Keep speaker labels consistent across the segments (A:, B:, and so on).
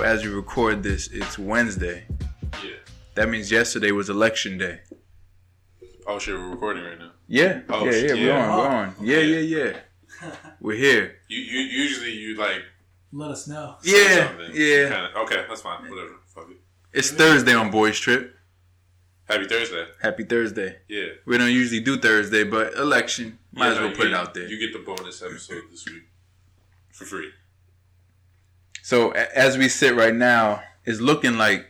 A: record this, it's Wednesday.
B: Yeah.
A: That means yesterday was election day.
B: Oh shit, we're recording right now.
A: Yeah.
B: Oh,
A: yeah,
B: sh-
A: yeah, we're
B: yeah.
A: on, we're on. Yeah,
B: okay.
A: yeah, yeah. Oh, We're here.
B: You, you usually you like
C: Let us know.
B: say
A: Yeah,
B: something. You
A: yeah.
B: Kinda, okay, that's fine. Whatever. Fuck it.
A: It's Thursday on Boys Trip.
B: Happy Thursday.
A: Happy Thursday.
B: Yeah.
A: We don't usually do Thursday, but election. Might
B: You
A: as
B: know,
A: well
B: you
A: put it
B: get-
A: out there.
B: You get the bonus episode this week for free.
A: So a- as we sit right now, it's looking like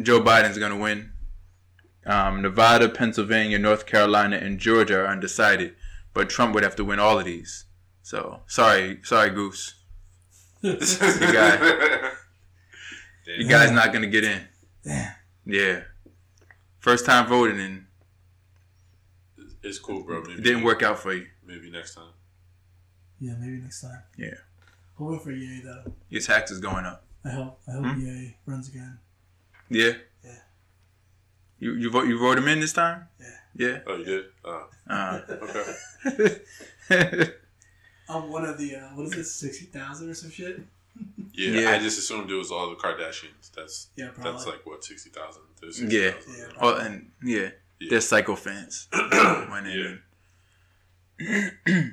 A: Joe Biden's going to win. Um, Nevada, Pennsylvania, North Carolina, and Georgia are undecided, but Trump would have to win all of these. So sorry, sorry, Goose. guy.
B: Damn.
A: You guys not going to get in.
C: Damn.
A: Yeah. First time voting and
B: It's cool, bro. Maybe,
A: it didn't work out for you.
B: Maybe next time.
C: Yeah, maybe next time.
A: Yeah.
C: Hoping for Ye though.
A: Your taxes going up.
C: I hope I hope
A: Hmm?
C: Ye runs again.
A: Yeah.
C: Yeah.
A: You you vote you vote him in this time. Yeah.
B: Oh, you did? Oh,
A: Yeah.
B: okay.
A: Uh,
C: I'm one of the uh, what is it, sixty thousand or some shit?
B: Yeah,
A: Yeah.
B: I just assumed it was all the Kardashians. That's
C: Yeah, probably.
B: that's like what sixty thousand.
A: Yeah.
C: Yeah.
A: oh, and yeah,
B: Yeah.
A: they're psycho fans. Went in.
B: Yeah.
A: I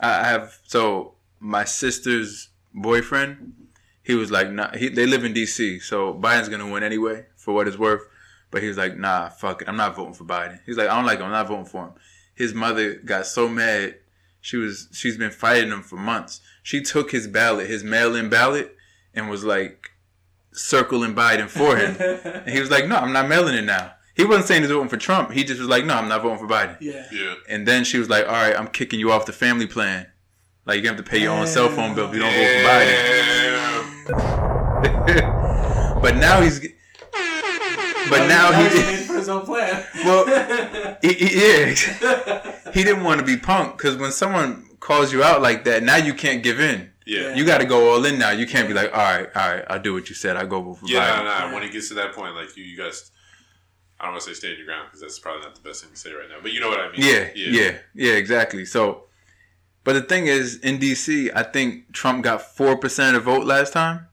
A: I have so my sister's boyfriend. He was like, nah. He, they live in D.C., so Biden's gonna win anyway, for what it's worth. But he was like, nah, fuck it, I'm not voting for Biden. He's like, I don't like him, I'm not voting for him. His mother got so mad. She was she's been fighting him for months. She took his ballot, his mail-in ballot, and was like circling Biden for him. And he was like, "No, I'm not mailing it now." He wasn't saying he's voting for Trump. He just was like, "No, I'm not voting for Biden."
C: yeah.
B: Yeah.
A: And then she was like, "All right, I'm kicking you off the family plan. Like you're gonna have to pay your own cell phone bill if you don't vote
B: Damn.
A: for Biden." but now he's, but now
C: he's
A: he,
C: made for his own plan.
A: Well- he, he yeah, he didn't want to be punk because when someone calls you out like that, now you can't give in.
B: Yeah.
A: You got to go all in now. You can't be like, "All right, all right, I'll do what you said. I go vote for
B: Yeah,
A: Biden."
B: nah, nah. When it gets to that point, like you, you guys, I don't want to say stay in your ground because that's probably not the best thing to say right now. But you know what I mean.
A: Yeah, yeah, yeah, exactly. So, but the thing is, in DC, I think Trump got four percent of the vote last time.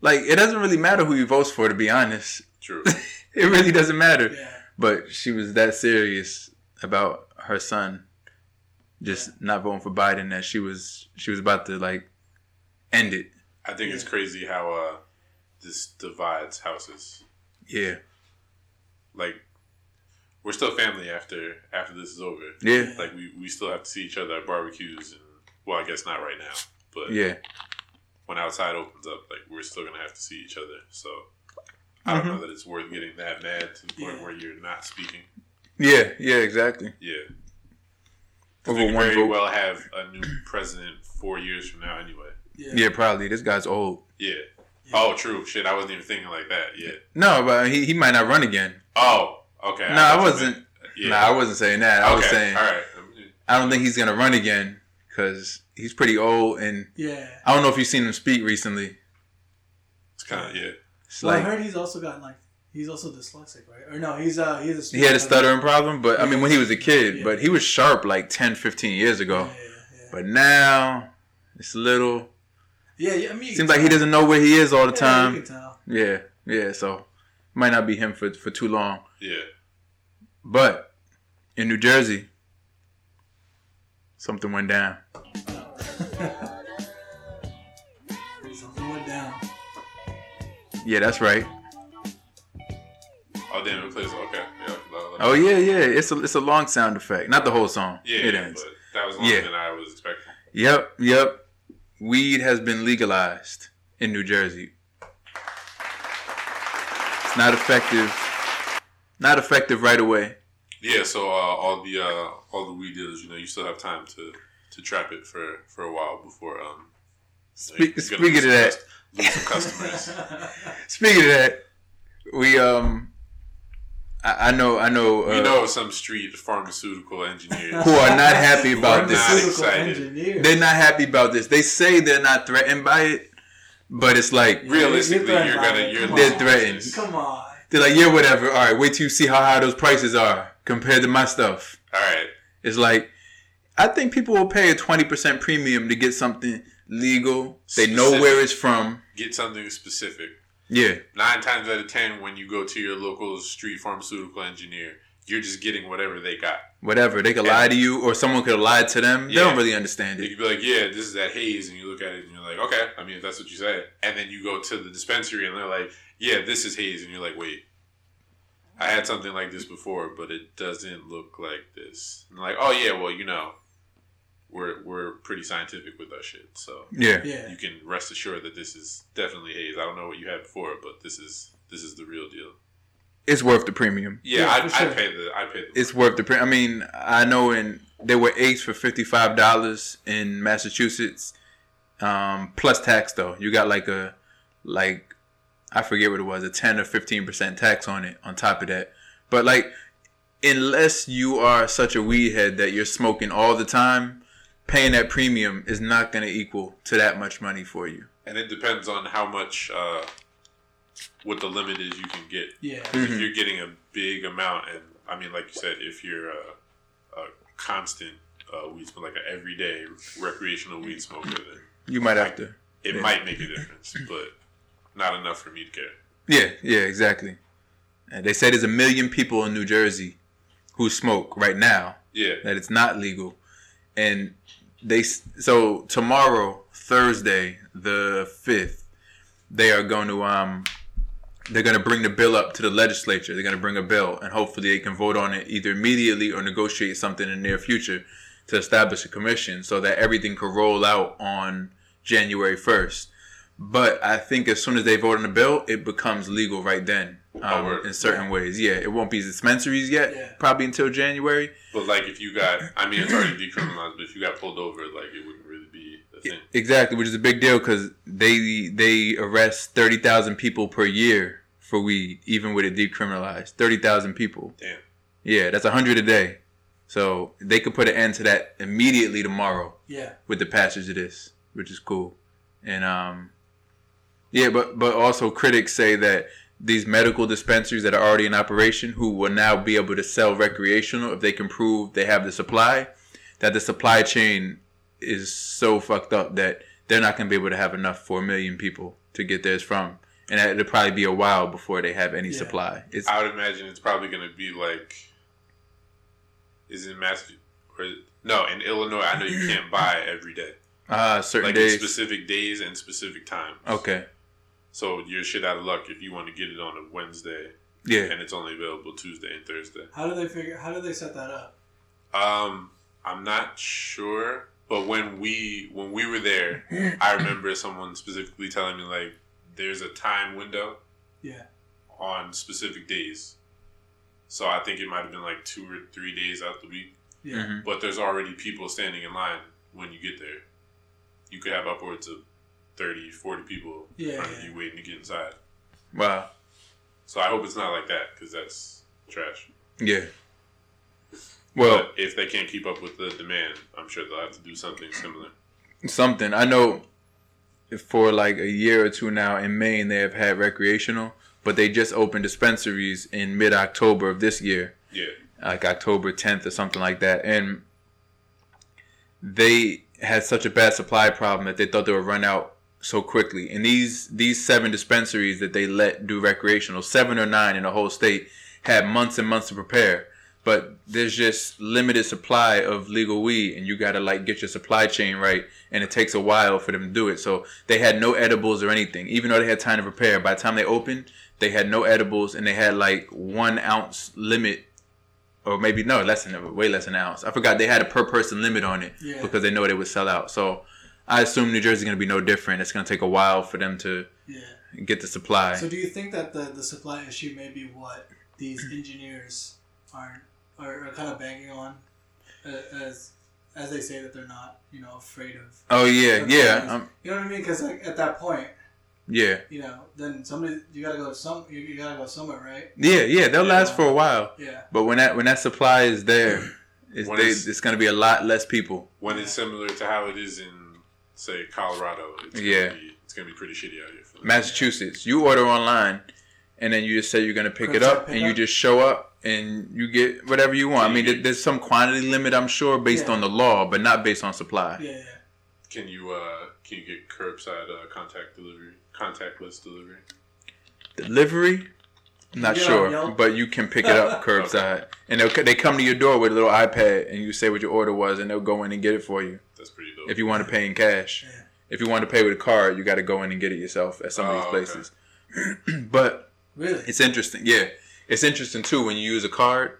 A: Like, it doesn't really matter who you vote for, to be honest.
B: True.
A: It really doesn't matter.
C: yeah.
A: But she was that serious about her son just not voting for Biden that she was she was about to like end it.
B: I think it's
C: Yeah.
B: crazy how uh, this divides houses.
A: Yeah,
B: Like we're still family after after this is over.
A: yeah,
B: Like we, we still have to see each other at barbecues and well, I guess not right now, but
A: yeah.
B: when outside opens up, like we're still gonna have to see each other. So I don't know that it's worth getting that mad to the point
C: Mm-hmm. Yeah.
B: where you're not speaking.
A: Yeah, yeah, exactly.
B: Yeah, 'Cause we
A: Over
B: could
A: one
B: very
A: vote.
B: well have a new president four years from now anyway.
C: Yeah.
A: Yeah, probably. This guy's old.
B: Yeah.
C: Yeah.
B: Oh, true. Shit, I wasn't even thinking like that. Yeah.
A: No, but he, he might not run again.
B: Oh, okay.
A: No, I
B: thought you
A: wasn't.
B: meant- Yeah.
A: Nah, I wasn't saying that. I was
B: Okay,
A: saying
B: All right. Um,
A: I don't think he's gonna run again because he's pretty old, and
C: Yeah.
A: I don't know if you've seen him speak recently.
B: It's kind of yeah.
A: It's
C: Well, I
A: like
C: heard he's also gotten like he's also dyslexic, right? Or no, he's uh he's a
A: he had a stuttering problem, but I mean when he was a kid,
C: Yeah.
A: but he was sharp like 10, 15 years
C: Yeah,
A: ago.
C: yeah, yeah.
A: But now it's little.
C: yeah, yeah, I mean, you
A: Seems
C: can
A: like he
C: tell.
A: doesn't know where he is all the
C: Yeah, you
A: time.
C: can tell.
A: Yeah, yeah. So might not be him for for too long.
B: Yeah.
A: But in New Jersey, something went down.
C: Something went down.
A: Yeah, that's right.
B: Oh damn, it plays. Okay. Yeah. la- la-
A: Oh yeah, yeah. It's a it's a long sound effect, not the whole song.
B: Yeah.
A: it
B: yeah,
A: ends.
B: But that was longer
A: Yeah.
B: than I was expecting.
A: Yep, yep. Weed has been legalized in New Jersey. It's not effective. Not effective right away.
B: Yeah. So uh, all the uh, all the weed dealers, you know, you still have time to to trap it for for a while before um.
A: Speak, speaking of that,
B: lose some customers.
A: speaking of that, we um, I, I know, I know, uh,
B: we know some street pharmaceutical engineers.
A: who are not happy about
B: We're not
A: this.
C: Pharmaceutical
B: excited.
C: engineer.
A: They're not happy about this. They say they're not threatened by it, but it's like
B: Realistically,
C: You're
B: you're
C: threatened by
B: gonna
C: it.
B: you're
C: Come
A: They're
B: losing
A: threatened.
B: business.
C: Come on.
A: they're like, yeah, whatever. All right, wait till you see how high those prices are compared to my stuff.
B: All right.
A: It's like I think people will pay a twenty percent premium to get something legal. They know
B: Specific.
A: where it's from.
B: Get something specific.
A: Yeah,
B: Nine times out of ten, when you go to your local street pharmaceutical engineer, you're just getting whatever they got.
A: whatever. They could lie to you, or someone could lie to them. They
B: Yeah.
A: don't really understand
B: They
A: it.
B: could be like, "Yeah, this is that haze," and you look at it and you're like, "Okay." I mean, if that's what you say, and then you go to the dispensary and they're like, "Yeah, this is haze," and you're like, "Wait, I had something like this before, but it doesn't look like this." And like, "Oh yeah, well, you know, we're we're pretty scientific with our shit, so
A: Yeah,
C: Yeah.
B: you can rest assured that this is definitely haze. I don't know what you had before, but this is this is the real deal."
A: it's worth the premium.
B: Yeah,
C: Yeah,
B: I,
C: for
B: I
C: sure.
B: pay the I pay the
A: It's worth the. Pre- I mean, I know in there were eights for fifty five dollars in Massachusetts, um, plus tax though. You got like a like I forget what it was, a ten or fifteen percent tax on it on top of that. But like, unless you are such a weed head that you're smoking all the time, paying that premium is not going to equal to that much money for you.
B: and it depends on how much uh, what the limit is you can get.
C: Yeah.
B: if you're getting a big amount, and I mean, like you said, if you're a, a constant uh, weed smoker, like an everyday recreational weed smoker, then
A: You might have to.
B: it
A: Yeah.
B: might make a difference, but not enough for me to care.
A: Yeah, yeah, exactly. And they say there's a million people in New Jersey who smoke right now.
B: Yeah,
A: that it's not legal. And they so tomorrow, Thursday, the fifth, they are going to um they're going to bring the bill up to the legislature. They're going to bring a bill and hopefully they can vote on it either immediately or negotiate something in the near future to establish a commission so that everything could roll out on January 1st. But I think as soon as they vote on the bill, it becomes legal right then um,
B: word.
A: in certain ways. Yeah, it won't be dispensaries yet,
C: Yeah.
A: probably until January.
B: but like if you got, I mean, it's already decriminalized, but if you got pulled over, like it wouldn't really be a thing.
A: Exactly, which is a big deal because they they arrest thirty thousand people per year for weed, even with it decriminalized. Thirty thousand people.
B: Damn.
A: Yeah, that's hundred a day. So they could put an end to that immediately tomorrow
C: Yeah.
A: with the passage of this, which is cool. And um, yeah, but but also critics say that these medical dispensaries that are already in operation, who will now be able to sell recreational if they can prove they have the supply, that the supply chain is so fucked up that they're not going to be able to have enough for a million people to get theirs from, and that it'll probably be a while before they have any
C: Yeah.
A: supply. It's
B: I would imagine it's probably going to be like, is it in Massachusetts? Or, no, in Illinois, I know you can't buy every day,
A: uh, certain
B: like
A: days.
B: in specific days and specific times.
A: okay.
B: So you're shit out of luck if you want to get it on a Wednesday
A: Yeah.
B: and it's only available Tuesday and Thursday.
C: How do they figure? How do they set that up?
B: Um, I'm not sure, but when we when we were there, I remember someone specifically telling me like there's a time window
C: Yeah.
B: on specific days. So I think it might have been like two or three days out the week,
C: Yeah.
A: Mhm.
B: but there's already people standing in line when you get there. You could have upwards of 30, 40 people in
C: Yeah,
B: front of
C: yeah.
B: you waiting to get inside.
A: Wow.
B: So I hope it's not like that because that's trash.
A: Yeah. Well.
B: but if they can't keep up with the demand, I'm sure they'll have to do something similar.
A: something. I know for like a year or two now in Maine they have had recreational, but they just opened dispensaries in mid October of this year,
B: Yeah,
A: like October 10th or something like that. And they had such a bad supply problem that they thought they would run out so quickly. And these these seven dispensaries that they let do recreational, seven or nine in the whole state, had months and months to prepare. But there's just limited supply of legal weed, and you gotta like get your supply chain right, and it takes a while for them to do it. So they had no edibles or anything, even though they had time to prepare. By the time they opened, they had no edibles, and they had like one ounce limit, or maybe no, less than way less than an ounce. I forgot they had a per person limit on it
C: Yeah.
A: because they know they would sell out. So I assume New Jersey's going to be no different. It's going to take a while for them to
C: Yeah.
A: get the supply.
C: So do you think that the, the supply issue may be what these
A: Mm-hmm.
C: engineers aren't are, are kind of banging on uh, as as they say that they're not you know afraid of
A: oh yeah, yeah, um,
C: you know what I mean because like at that point
A: yeah,
C: you know then somebody you gotta go some you, you gotta go somewhere right
A: yeah, yeah. They'll
B: Yeah.
A: last for a while,
C: yeah
A: but when that when that supply is there, it's,
B: When
A: they,
B: it's-
A: it's, going to be a lot less people.
B: when it's similar to how it is in say Colorado, it's gonna
A: Yeah.
B: be, it's gonna be pretty shitty out here. For them.
A: Massachusetts, you order online, and then you just say you're going to pick it
C: Curbside
A: up, and
C: pickup?
A: you just show up. And you get whatever you want. I mean, there- there's some quantity limit, I'm sure, based
C: Yeah.
A: on the law, but not based on supply.
C: yeah yeah
B: Can you uh, can you get curbside uh, contact delivery, contactless delivery?
A: Delivery, I'm not
C: Yeah,
A: sure,
C: Yelp.
A: but you can pick it up curbside, and they'll, they come to your door with a little iPad, and you say what your order was, and they'll go in and get it for you
B: That's pretty dope.
A: if you want to pay in cash.
C: Yeah.
A: If you want to pay with a card, you got to go in and get it yourself at some of
B: Oh,
A: these
B: okay.
A: places. but
C: Really?
A: it's interesting. Yeah, it's interesting too when you use a card.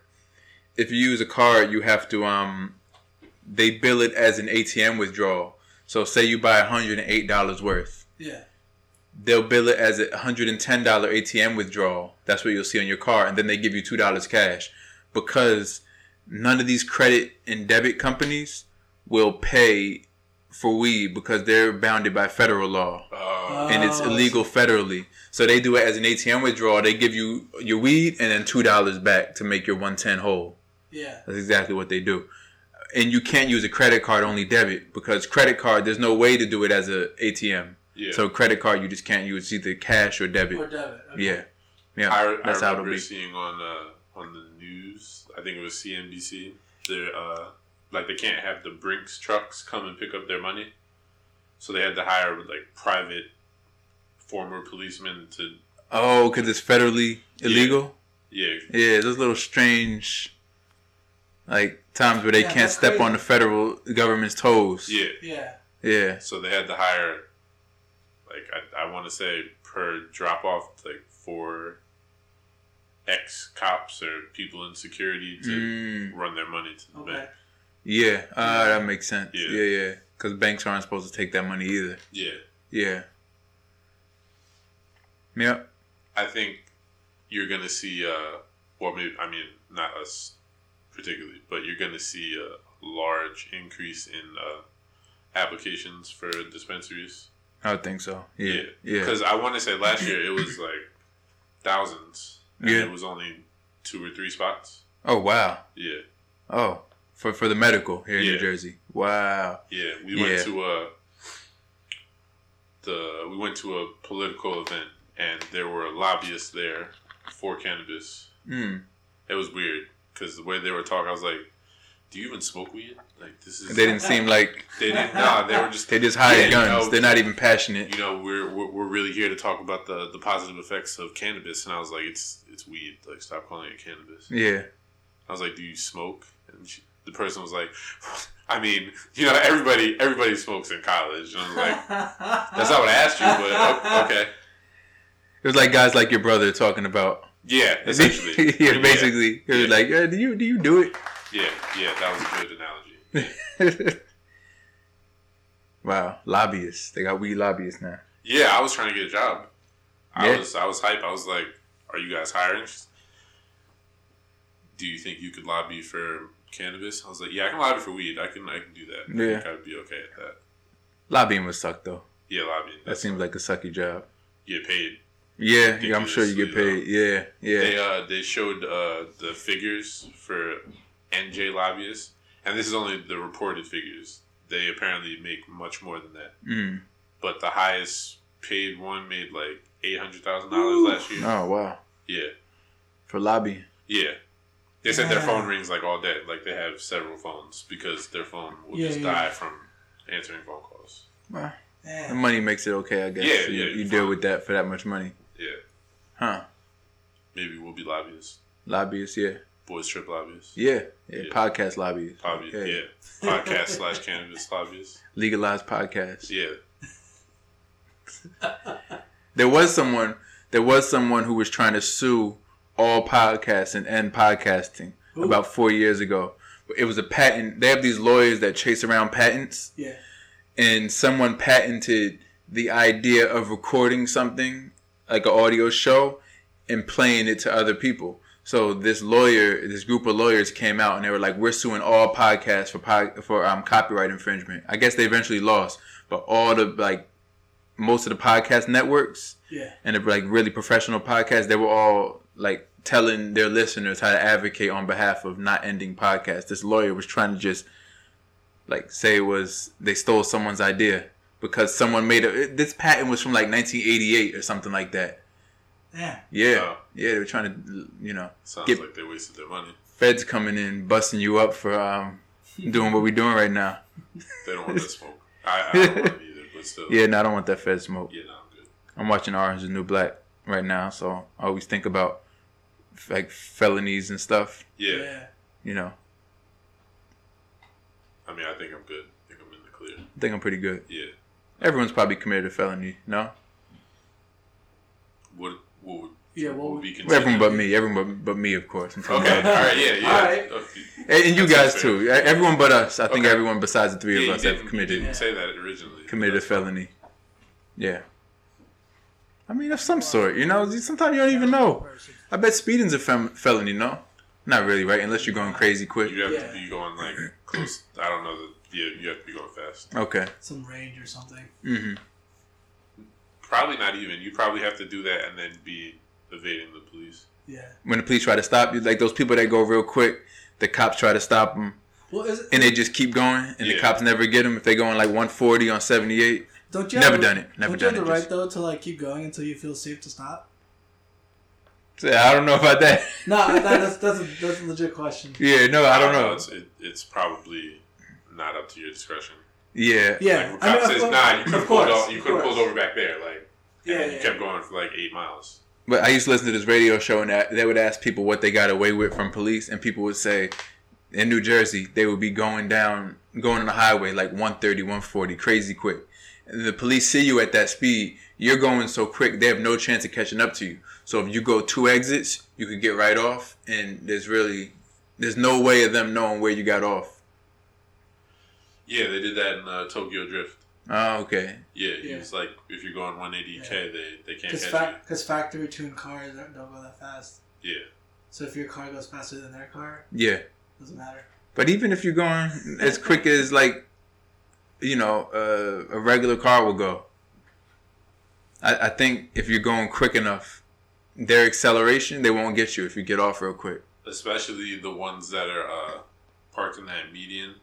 A: If you use a card, you have to um, they bill it as an ATM withdrawal. So say you buy hundred and eight dollars worth,
C: Yeah.
A: they'll bill it as a hundred and ten dollar ATM withdrawal. That's what you'll see on your card, and then they give you two dollars cash because none of these credit and debit companies will pay for weed because they're bounded by federal law
B: Uh,
A: and it's
C: Oh, I
A: illegal federally. So they do it as an ATM withdrawal. They give you your weed and then two dollars back to make your one ten whole.
C: Oh, Yeah.
A: That's exactly what they do. And you can't use a credit card, only debit, because credit card there's no way to do it as a ATM.
B: yeah.
A: So credit card you just can't use either cash or debit.
C: Or debit. Okay.
A: yeah, yeah,
B: I, I
A: that's how
B: remember
A: it'll be.
B: seeing on uh, on the news. I think it was CNBC. They're uh, like they can't have the Brinks trucks come and pick up their money, so they had to hire like private former policemen to
A: Oh, because it's federally
B: Yeah.
A: illegal.
B: yeah
A: Yeah. those little strange, like times where they
C: Yeah,
A: can't
C: that's
A: step
C: crazy.
A: on the federal government's toes.
B: yeah.
C: Yeah.
A: yeah.
B: So they had to hire like I, I want to say per drop off like four ex cops or people in security to
A: Mm.
B: run their money to the
C: Okay.
B: bank.
A: Yeah, uh, that makes sense.
B: Yeah.
A: Yeah, yeah, because banks aren't supposed to take that money either.
B: Yeah.
A: Yeah. Yep.
B: I think you're gonna see. Uh, well, maybe I mean not us particularly, but you're gonna see a large increase in uh, applications for dispensaries.
A: I would think so. Yeah, yeah,
B: Because I want to say last year it was like thousands, and
A: Yeah.
B: it was only two or three spots.
A: Oh wow.
B: Yeah,
A: Oh, for for the medical here in
B: Yeah.
A: New Jersey. Wow.
B: yeah. We went
A: Yeah.
B: to a the we went to a political event, and there were lobbyists there for cannabis.
A: Hmm.
B: It was weird because the way they were talking, I was like, "Do you even smoke weed? Like this is
A: They didn't seem like
B: They didn't. Nah, they were just.
A: they just hired
B: Yeah,
A: guns.
B: no.
A: They're not even passionate.
B: You know, we're, we're we're really here to talk about the the positive effects of cannabis, and I was like, "It's it's weed. Like stop calling it cannabis."
A: Yeah.
B: I was like, "Do you smoke?" And she, the person was like, "I mean, you know, everybody everybody smokes in college." And I was like, "That's not what I asked you, but o- okay."
A: It was like guys like your brother talking about.
B: Yeah, essentially.
A: yeah, basically. It was
B: Yeah.
A: like, yeah, do you do you do it?
B: Yeah, yeah, that was a good analogy.
A: wow, lobbyists. They got weed lobbyists now.
B: Yeah, I was trying to get a job. I
A: Yeah.
B: was I was hype. I was like, "Are you guys hiring?" She's, Do you think you could lobby for cannabis? I was like, "Yeah, I can lobby for weed. I can I can do that. I
A: Yeah.
B: think I'd be okay at that."
A: Lobbying would suck though.
B: Yeah, lobbying.
A: That seems like a sucky job.
B: you get paid.
A: Yeah, yeah, I'm sure you get paid. Yeah, yeah.
B: They uh they showed uh the figures for NJ lobbyists, and this is only the reported figures. They apparently make much more than that,
A: Mm.
B: but the highest paid one made like eight hundred thousand dollars last year.
A: Oh wow,
B: Yeah.
A: for lobbying.
B: Yeah. They said their
C: Yeah.
B: phone rings like all day. Like they have several phones because their phone will
C: Yeah,
B: just
C: yeah.
B: die from answering phone calls.
A: Well, the
C: Man.
A: money makes it okay, I guess.
B: Yeah,
A: you,
B: yeah,
A: you
B: fine.
A: deal with that for that much money,
B: Yeah.
A: huh?
B: Maybe we'll be lobbyists.
A: Lobbyists, yeah,
B: Boys trip lobbyieists.
A: yeah, yeah.
B: Yeah.
A: Podcast lobbyists,
B: Lobby, yeah.
A: Yeah.
B: Podcast slash cannabis lobbyists.
A: legalized podcasts.
B: Yeah.
A: There was someone, there was someone who was trying to sue all podcasts and end podcasting
C: Who?
A: about four years ago. It was a patent. They have these lawyers that chase around patents.
C: Yeah.
A: and someone patented the idea of recording something like an audio show and playing it to other people. So this lawyer, this group of lawyers came out and they were like, "We're suing all podcasts for pod, for um, copyright infringement." I guess they eventually lost, but all the like most of the podcast networks
C: Yeah.
A: and the like really professional podcasts, they were all like telling their listeners how to advocate on behalf of not ending podcasts. This lawyer was trying to just like say it was they stole someone's idea because someone made a it- this patent was from like 1988 or something like that.
C: Yeah.
A: Yeah,
B: Wow.
A: yeah, they were trying to you know
B: Sounds
A: Get-
B: like they wasted their money.
A: feds coming in busting you up for um doing what we're doing right now.
B: They don't want to smoke. I, I don't want it either, but still.
A: Yeah, no, I don't want that fed smoke.
B: Yeah, no, I'm good.
A: I'm watching Orange is the New Black. right now, so I always think about like felonies and stuff.
B: Yeah.
A: You know,
B: I mean, I think I'm good. I think I'm in the clear.
A: I think I'm pretty good.
B: Yeah.
A: Everyone's probably committed a felony. No,
B: What? What would?
C: Yeah, what
B: would
C: would-
B: be considered?
A: everyone but me. Everyone but, but me, of course. I'm talking
B: Okay. All
A: about-
B: right. Yeah. Yeah.
C: All right.
B: Okay.
A: and, and you
B: That's
A: guys
B: fair.
A: too. E- Everyone but us. I think
B: Okay.
A: everyone besides the
B: Yeah,
A: three
B: you
A: of us
B: didn't,
A: have
B: You
A: committed
B: didn't say that originally.
A: committed a felony. Yeah. I mean, of some sort. You know, sometimes you don't even know. I bet speeding's a fem- felony. No, not really, right? Unless you're going crazy quick.
B: You have
C: Yeah.
B: to be going like close. I don't know. The, yeah, you have to be going fast.
A: Okay.
C: Some range or something.
A: hmm
B: Probably not even. You probably have to do that and then be evading the police.
C: Yeah.
A: When the police try to stop you, like those people that go real quick, the cops try to stop them,
C: Well, is,
A: and they just keep going, and the
B: Yeah.
A: cops never get them if they go on like 140 on 78.
C: don't you
A: never
C: have,
A: done it. Never
C: don't
A: done
C: you have
A: it,
C: the right
A: just-
C: though to like keep going until you feel safe to stop?
A: So, I don't know about that.
C: No, that, that's that's a, that's a legit question.
A: Yeah, no, I don't know.
B: It's, it, it's probably not up to your discretion.
A: Yeah,
C: Yeah,
B: Like, if a
C: I
B: cop
C: mean, of
B: says
C: course-
B: nah, you could
C: of
B: have pulled,
C: course,
B: o- you
C: of
B: could have
C: course.
B: pulled over back there, like,
C: Yeah,
B: and
C: yeah,
B: you kept going for like eight miles.
A: but I used to listen to this radio show, and that- they would ask people what they got away with from police, and people would say, in New Jersey, they would be going down, going on the highway like 130, 140, crazy quick. And the police see you at that speed, you're going so quick, they have no chance of catching up to you. So if you go two exits, you could get right off, and there's really, there's no way of them knowing where you got off.
B: Yeah, they did that in uh, Tokyo Drift.
A: Oh, okay.
B: Yeah,
C: Yeah.
B: it's like if you're going 180k, they, they can't
C: Because
B: catch
C: fa- 'cause factory tuned cars don't don't go that fast.
B: you. Yeah.
C: So if your car goes faster than their car,
A: Yeah.
C: doesn't matter.
A: But even if you're going as quick as like, you know, uh, a regular car will go, I, I think if you're going quick enough, their acceleration they won't get you if you get off real quick.
B: Especially the ones that are uh, parked in that median,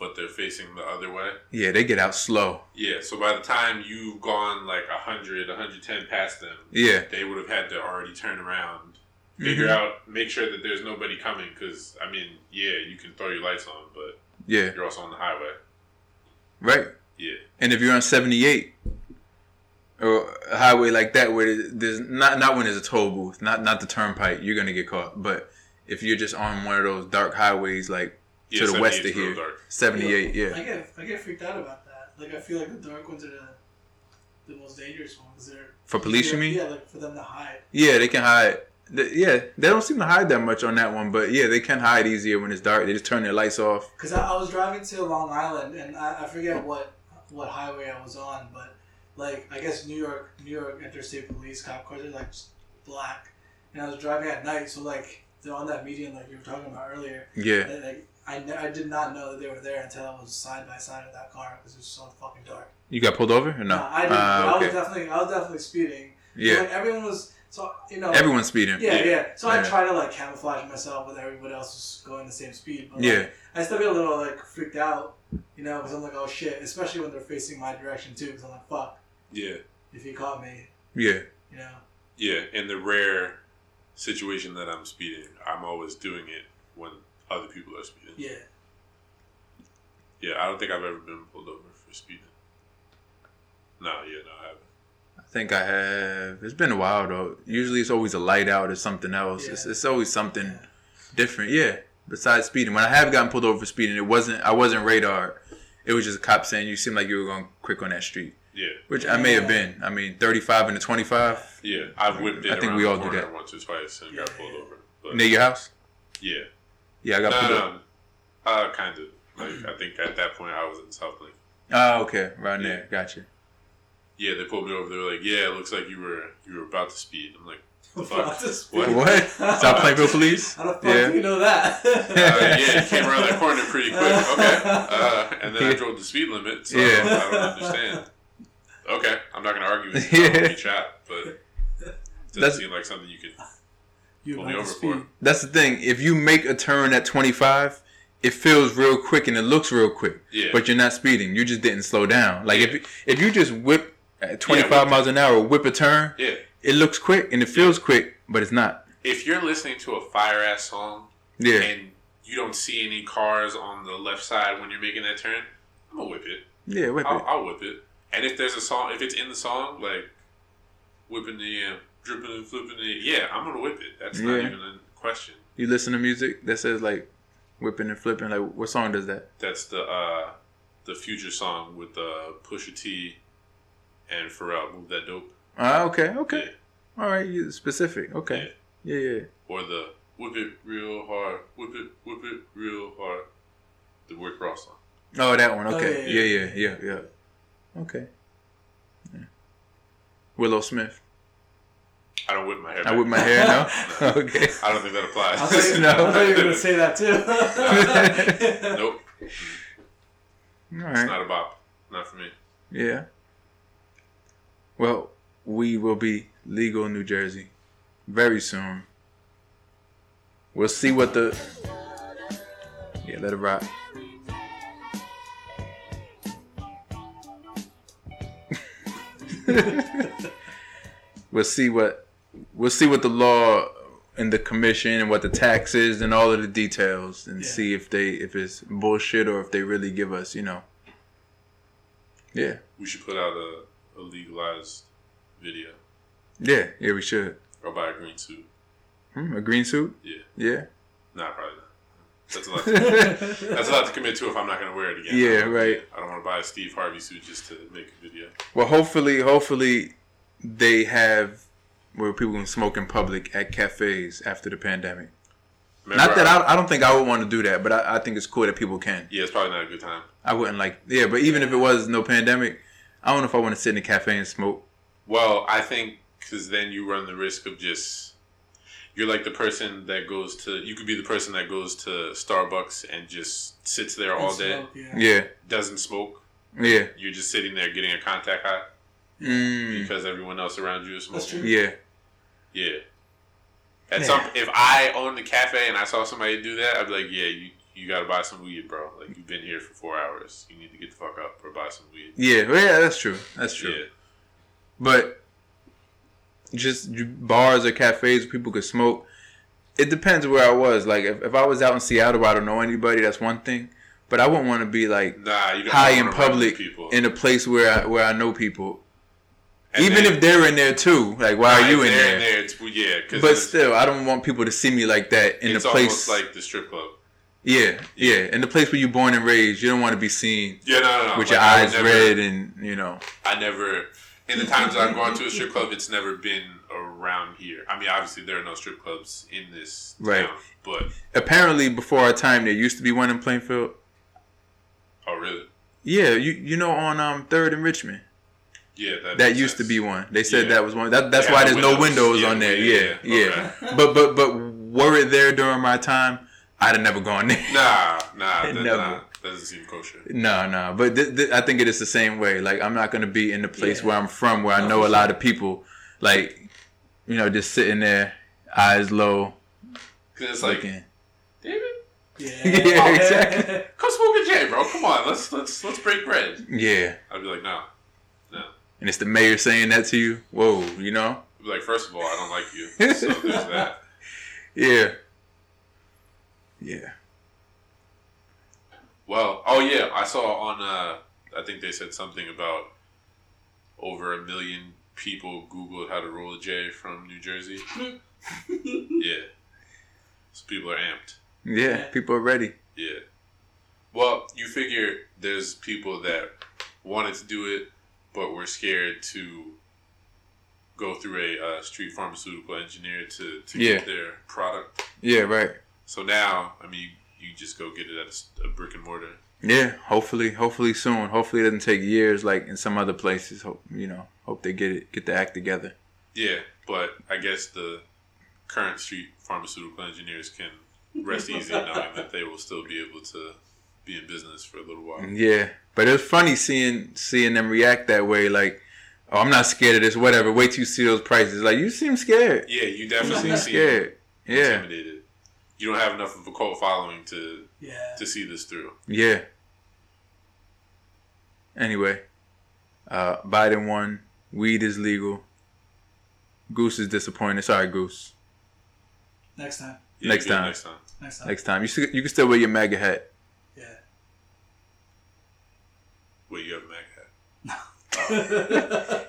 B: but they're facing the other way.
A: Yeah, they get out slow.
B: Yeah, so by the time you've gone like 100, 110 past them,
A: Yeah,
B: they would have had to already turn around, figure
A: Mhm.
B: out, make sure that there's nobody coming. Because I mean, yeah, you can throw your lights on, but
A: yeah,
B: you're also on the highway.
A: right.
B: Yeah,
A: And if you're on 78 or a highway like that where there's not not when there's a toll booth, not not the turnpike, you're gonna get caught. But if you're just on one of those dark highways like
B: yeah
A: To the west
B: 78 is
A: of
B: real
A: here.
B: dark.
A: 78, yeah.
C: I get I get freaked out about that. Like I feel like the dark ones are the, the most dangerous ones. They're
A: For police, you mean?
C: Yeah, like for them to hide.
A: Yeah, they can hide. Th- Yeah, they don't seem to hide that much on that one, but yeah, they can hide easier when it's dark. They just turn their lights off.
C: Because I, I was driving to Long Island, and I, I forget what what highway I was on, but like I guess New York New York Interstate Police cop cars are like just black, and I was driving at night, so like they're on that median like you were talking about earlier.
A: Yeah,
C: And, like I, ne- I did not know that they were there until I was side by side with that car because it was so fucking dark.
A: you got pulled over or no?
C: I didn't.
A: Ah,
C: I was
A: okay.
C: definitely I was definitely speeding.
A: Yeah,
C: Like, everyone was so you know.
A: everyone's speeding.
C: Yeah, yeah. So I
A: Yeah.
C: try to like camouflage myself with everybody else who's going the same speed. But, like,
A: yeah,
C: I still get a little like freaked out, you know, because I'm like, oh shit, especially when they're facing my direction too, because I'm like, fuck,
B: Yeah,
C: if he caught me,
A: yeah.
C: you know.
B: yeah. In the rare situation that I'm speeding, I'm always doing it when other people are speeding. Yeah,
C: Yeah,
B: I don't think I've ever been pulled over for speeding. No, yeah, no, I haven't.
A: I think I have. It's been a while though. Usually it's always a light out or something else. It's,
C: Yeah.
A: it's always something
C: yeah,
A: different. Yeah. Besides speeding, when I have gotten pulled over for speeding, it wasn't. I wasn't radar. It was just a cop saying you seem like you were going quick on that street,
B: Yeah,
A: which I may have been. I mean, thirty-five into twenty-five
B: yeah. I've whipped it
A: I think
B: around
A: we all
B: the
A: do
B: corner
A: that.
B: once or twice and got pulled over. But
A: near your house.
B: yeah,
A: Yeah, I got
B: no,
A: pulled over.
B: no, uh, kind of. Like I think at that point I was in South Lake.
A: Oh, okay, right
B: Yeah.
A: there. Gotcha.
B: Yeah, they pulled me over. They were like, "Yeah, it looks like you were you were about to speed." I'm like, The fuck?
C: About to speak.
B: What?
A: What?
C: How
A: South Plainfield Police.
C: the fuck
A: Yeah.
C: do you know that?
B: uh, "Yeah, you came around that corner pretty quick." Okay, uh, and then I drove the speed limit, so
A: Yeah.
B: I don't understand. Okay, I'm not gonna argue with you.
A: Yeah.
B: I won't get shot, but it doesn't
A: That's-
B: seem like something you could.
C: You
B: Pull
C: about
B: me
C: to
B: over
C: speak.
B: for it.
A: That's the thing. If you make a turn at 25, it feels real quick and it looks real quick,
B: Yeah,
A: but you're not speeding. You just didn't slow down. Like if if you just whip at 25
B: Yeah, whip.
A: miles an hour, whip a turn,
B: yeah.
A: it looks quick and it feels quick, but it's not.
B: If you're listening to a fire ass song
A: Yeah,
B: and you don't see any cars on the left side when you're making that turn, I'm gonna whip it.
A: yeah, whip
B: I'll,
A: it.
B: I'll whip it. And if there's a song, if it's in the song, like whipping the uh, dripping and flipping it, yeah, I'm gonna whip it. That's not
A: Yeah.
B: even a question.
A: You listen to music that says like whipping and flipping. Like what song does that?
B: That's the uh, the future song with uh, Pusha T and Pharrell. Move that dope.
A: Ah, okay, okay,
B: Yeah.
A: all right. You specific. Okay, yeah, yeah.
B: Or the whip it real hard, whip it, whip it real hard. The Rick Ross song.
A: Oh, that one.
C: Oh,
A: Okay,
C: yeah,
A: yeah, yeah, yeah, yeah. Okay. Yeah. Willow Smith.
B: I don't whip my hair.
A: I
B: back.
A: whip my hair now. okay.
B: I don't think that applies.
C: I thought you,
A: No.
C: I thought you were gonna say that too.
B: nope,
A: All
B: it's
A: right.
B: not a bop. Not for me.
A: Yeah. Well, we will be legal in New Jersey very soon. We'll see what the. Yeah, let it rock. we'll see what we'll see what the law and the commission and what the tax is and all of the details and
C: Yeah.
A: see if they if it's bullshit or if they really give us you know yeah
B: We should put out a, a legalized video
A: Yeah, yeah, we should.
B: or buy a green suit.
A: Hmm, a green suit?
B: Yeah.
A: Yeah.
B: Nah, probably not. That's a lot. To, that's a lot to commit to if I'm not gonna wear it again.
A: Yeah, right.
B: I don't want to buy a Steve Harvey suit just to make a video.
A: Well, hopefully, hopefully, they have where people can smoke in public at cafes after the pandemic.
B: Remember,
A: Not that I, I don't think I would want to do that, but I, I think it's cool that people can.
B: Yeah, it's probably not a good time.
A: I wouldn't like, yeah, but even if it was no pandemic, I don't know if I want to sit in a cafe and smoke.
B: Well, I think because then you run the risk of just you're like the person that goes to you could be the person that goes to Starbucks and just sits there all day,
C: Smoke, yeah.
A: Yeah,
B: doesn't smoke.
A: yeah,
B: You're just sitting there getting a contact high
A: mm,
B: because everyone else around you is
C: That's
B: smoking.
C: true.
A: yeah,
B: Yeah. At
C: Yeah.
B: some, if I owned a cafe and I saw somebody do that, I'd be like, "Yeah, you, you gotta buy some weed, bro. Like you've been here for four hours. You need to get the fuck up or buy some weed."
A: yeah, well, yeah. That's true. That's true.
B: Yeah.
A: but just bars or cafes where people could smoke. It depends where I was. Like if, if I was out in Seattle, where I don't know anybody. That's one thing, but I wouldn't want to be like
B: Nah, you gotta
A: high
B: run
A: in
B: around
A: public
B: people.
A: in a place where I where I know people.
B: And
A: Even
B: then-
A: if they're in there too, like why
B: Nah,
A: are you in
B: if they're
A: there?
B: it's, well, yeah, because
A: But still, I don't want people to see me like that in
B: it's
A: the place.
B: almost like the strip club.
A: yeah, yeah, in the place where you're born and raised. You don't want to be seen
B: Yeah, no, no, no.
A: with
B: Like,
A: your
B: I would
A: eyes
B: never-
A: red and you know.
B: I never, in the times that I've gone to a strip club, it's never been around here. I mean, obviously there are no strip clubs in this
A: Right.
B: town, but
A: Apparently, before our time, there used to be one in Plainfield.
B: oh really?
A: Yeah, you you know on um Third and Richmond.
B: Yeah,
A: That
B: that, makes
A: used to
B: sense.
A: be one. They said
B: Yeah.
A: that was one. That, that's
B: Yeah,
A: why
B: the
A: there's no windows
B: windows. Yeah,
A: on there.
B: yeah,
A: Yeah,
B: yeah.
A: yeah.
B: Okay.
A: But but but were it there during my time, I'd have never gone there.
B: Nah, nah, that,
A: Never.
B: nah, that doesn't seem kosher.
A: No, no. But th- th- I think it is the same way. Like I'm not gonna be in the place
C: Yeah.
A: where I'm from, where I
C: No,
A: know
C: for
A: a lot of people. Like, you know, just sitting there, eyes low,
B: 'Cause it's like,
A: looking.
B: David,
C: Yeah.
A: Yeah, exactly.
B: come smoke a J, bro. Come on, let's let's let's break bread.
A: Yeah.
B: I'd be like, no, no.
A: And it's the mayor saying that to you. Whoa, you know.
B: I'd be like, first of all, I don't like you. So there's that.
A: Yeah. Yeah.
B: Well, oh yeah, I saw on. Uh, I think they said something about over a million people Googled how to roll a J from New Jersey. yeah, so people are amped.
A: Yeah. People are ready.
B: Yeah. Well, you figure there's people that wanted to do it, but were scared to go through a uh, street pharmaceutical engineer to, to
A: Yeah.
B: get their product.
A: Yeah. Right.
B: So now, I mean, you, you just go get it at a s- a brick and mortar.
A: Yeah, hopefully, hopefully soon. Hopefully, it doesn't take years like in some other places. Hope you know, hope they get it, get the act together.
B: Yeah, but I guess the current street pharmaceutical engineers can rest easy knowing that they will still be able to be in business for a little while.
A: Yeah, but it was funny seeing seeing them react that way. Like, oh, I'm not scared of this. Whatever. Wait till you see those prices. Like, you seem scared.
B: Yeah, you
A: You
B: definitely
A: seem
B: seem
A: scared. Yeah,
B: intimidated. You don't have enough of a cult following to
C: Yeah.
B: to see this through.
A: yeah. Anyway, uh, Biden won. Weed is legal. Goose is disappointed. Sorry, Goose.
C: Next time.
B: Yeah,
A: Next
B: good
A: time.
B: Next time.
C: Next time.
A: Next time, you should, you can still wear your MAGA hat.
C: Yeah.
B: Wait, you have a Mac hat.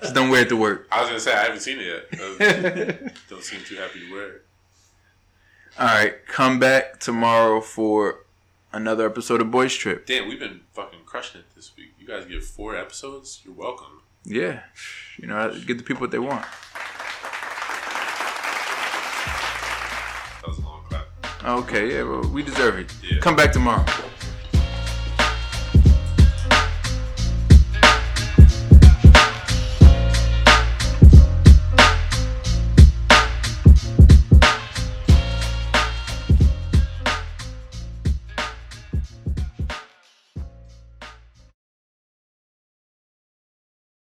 A: Just don't wear it to work.
B: I was gonna say I haven't seen it yet. Uh, don't seem too happy to wear it.
A: All right, come back tomorrow for another episode of Boys Trip.
B: Damn, we've been fucking crushing it this week. You guys get four episodes. You're welcome.
A: Yeah, you know, give the people what they want.
B: That was a long clap.
A: Okay, yeah, well, we deserve it.
B: Yeah.
A: Come back tomorrow.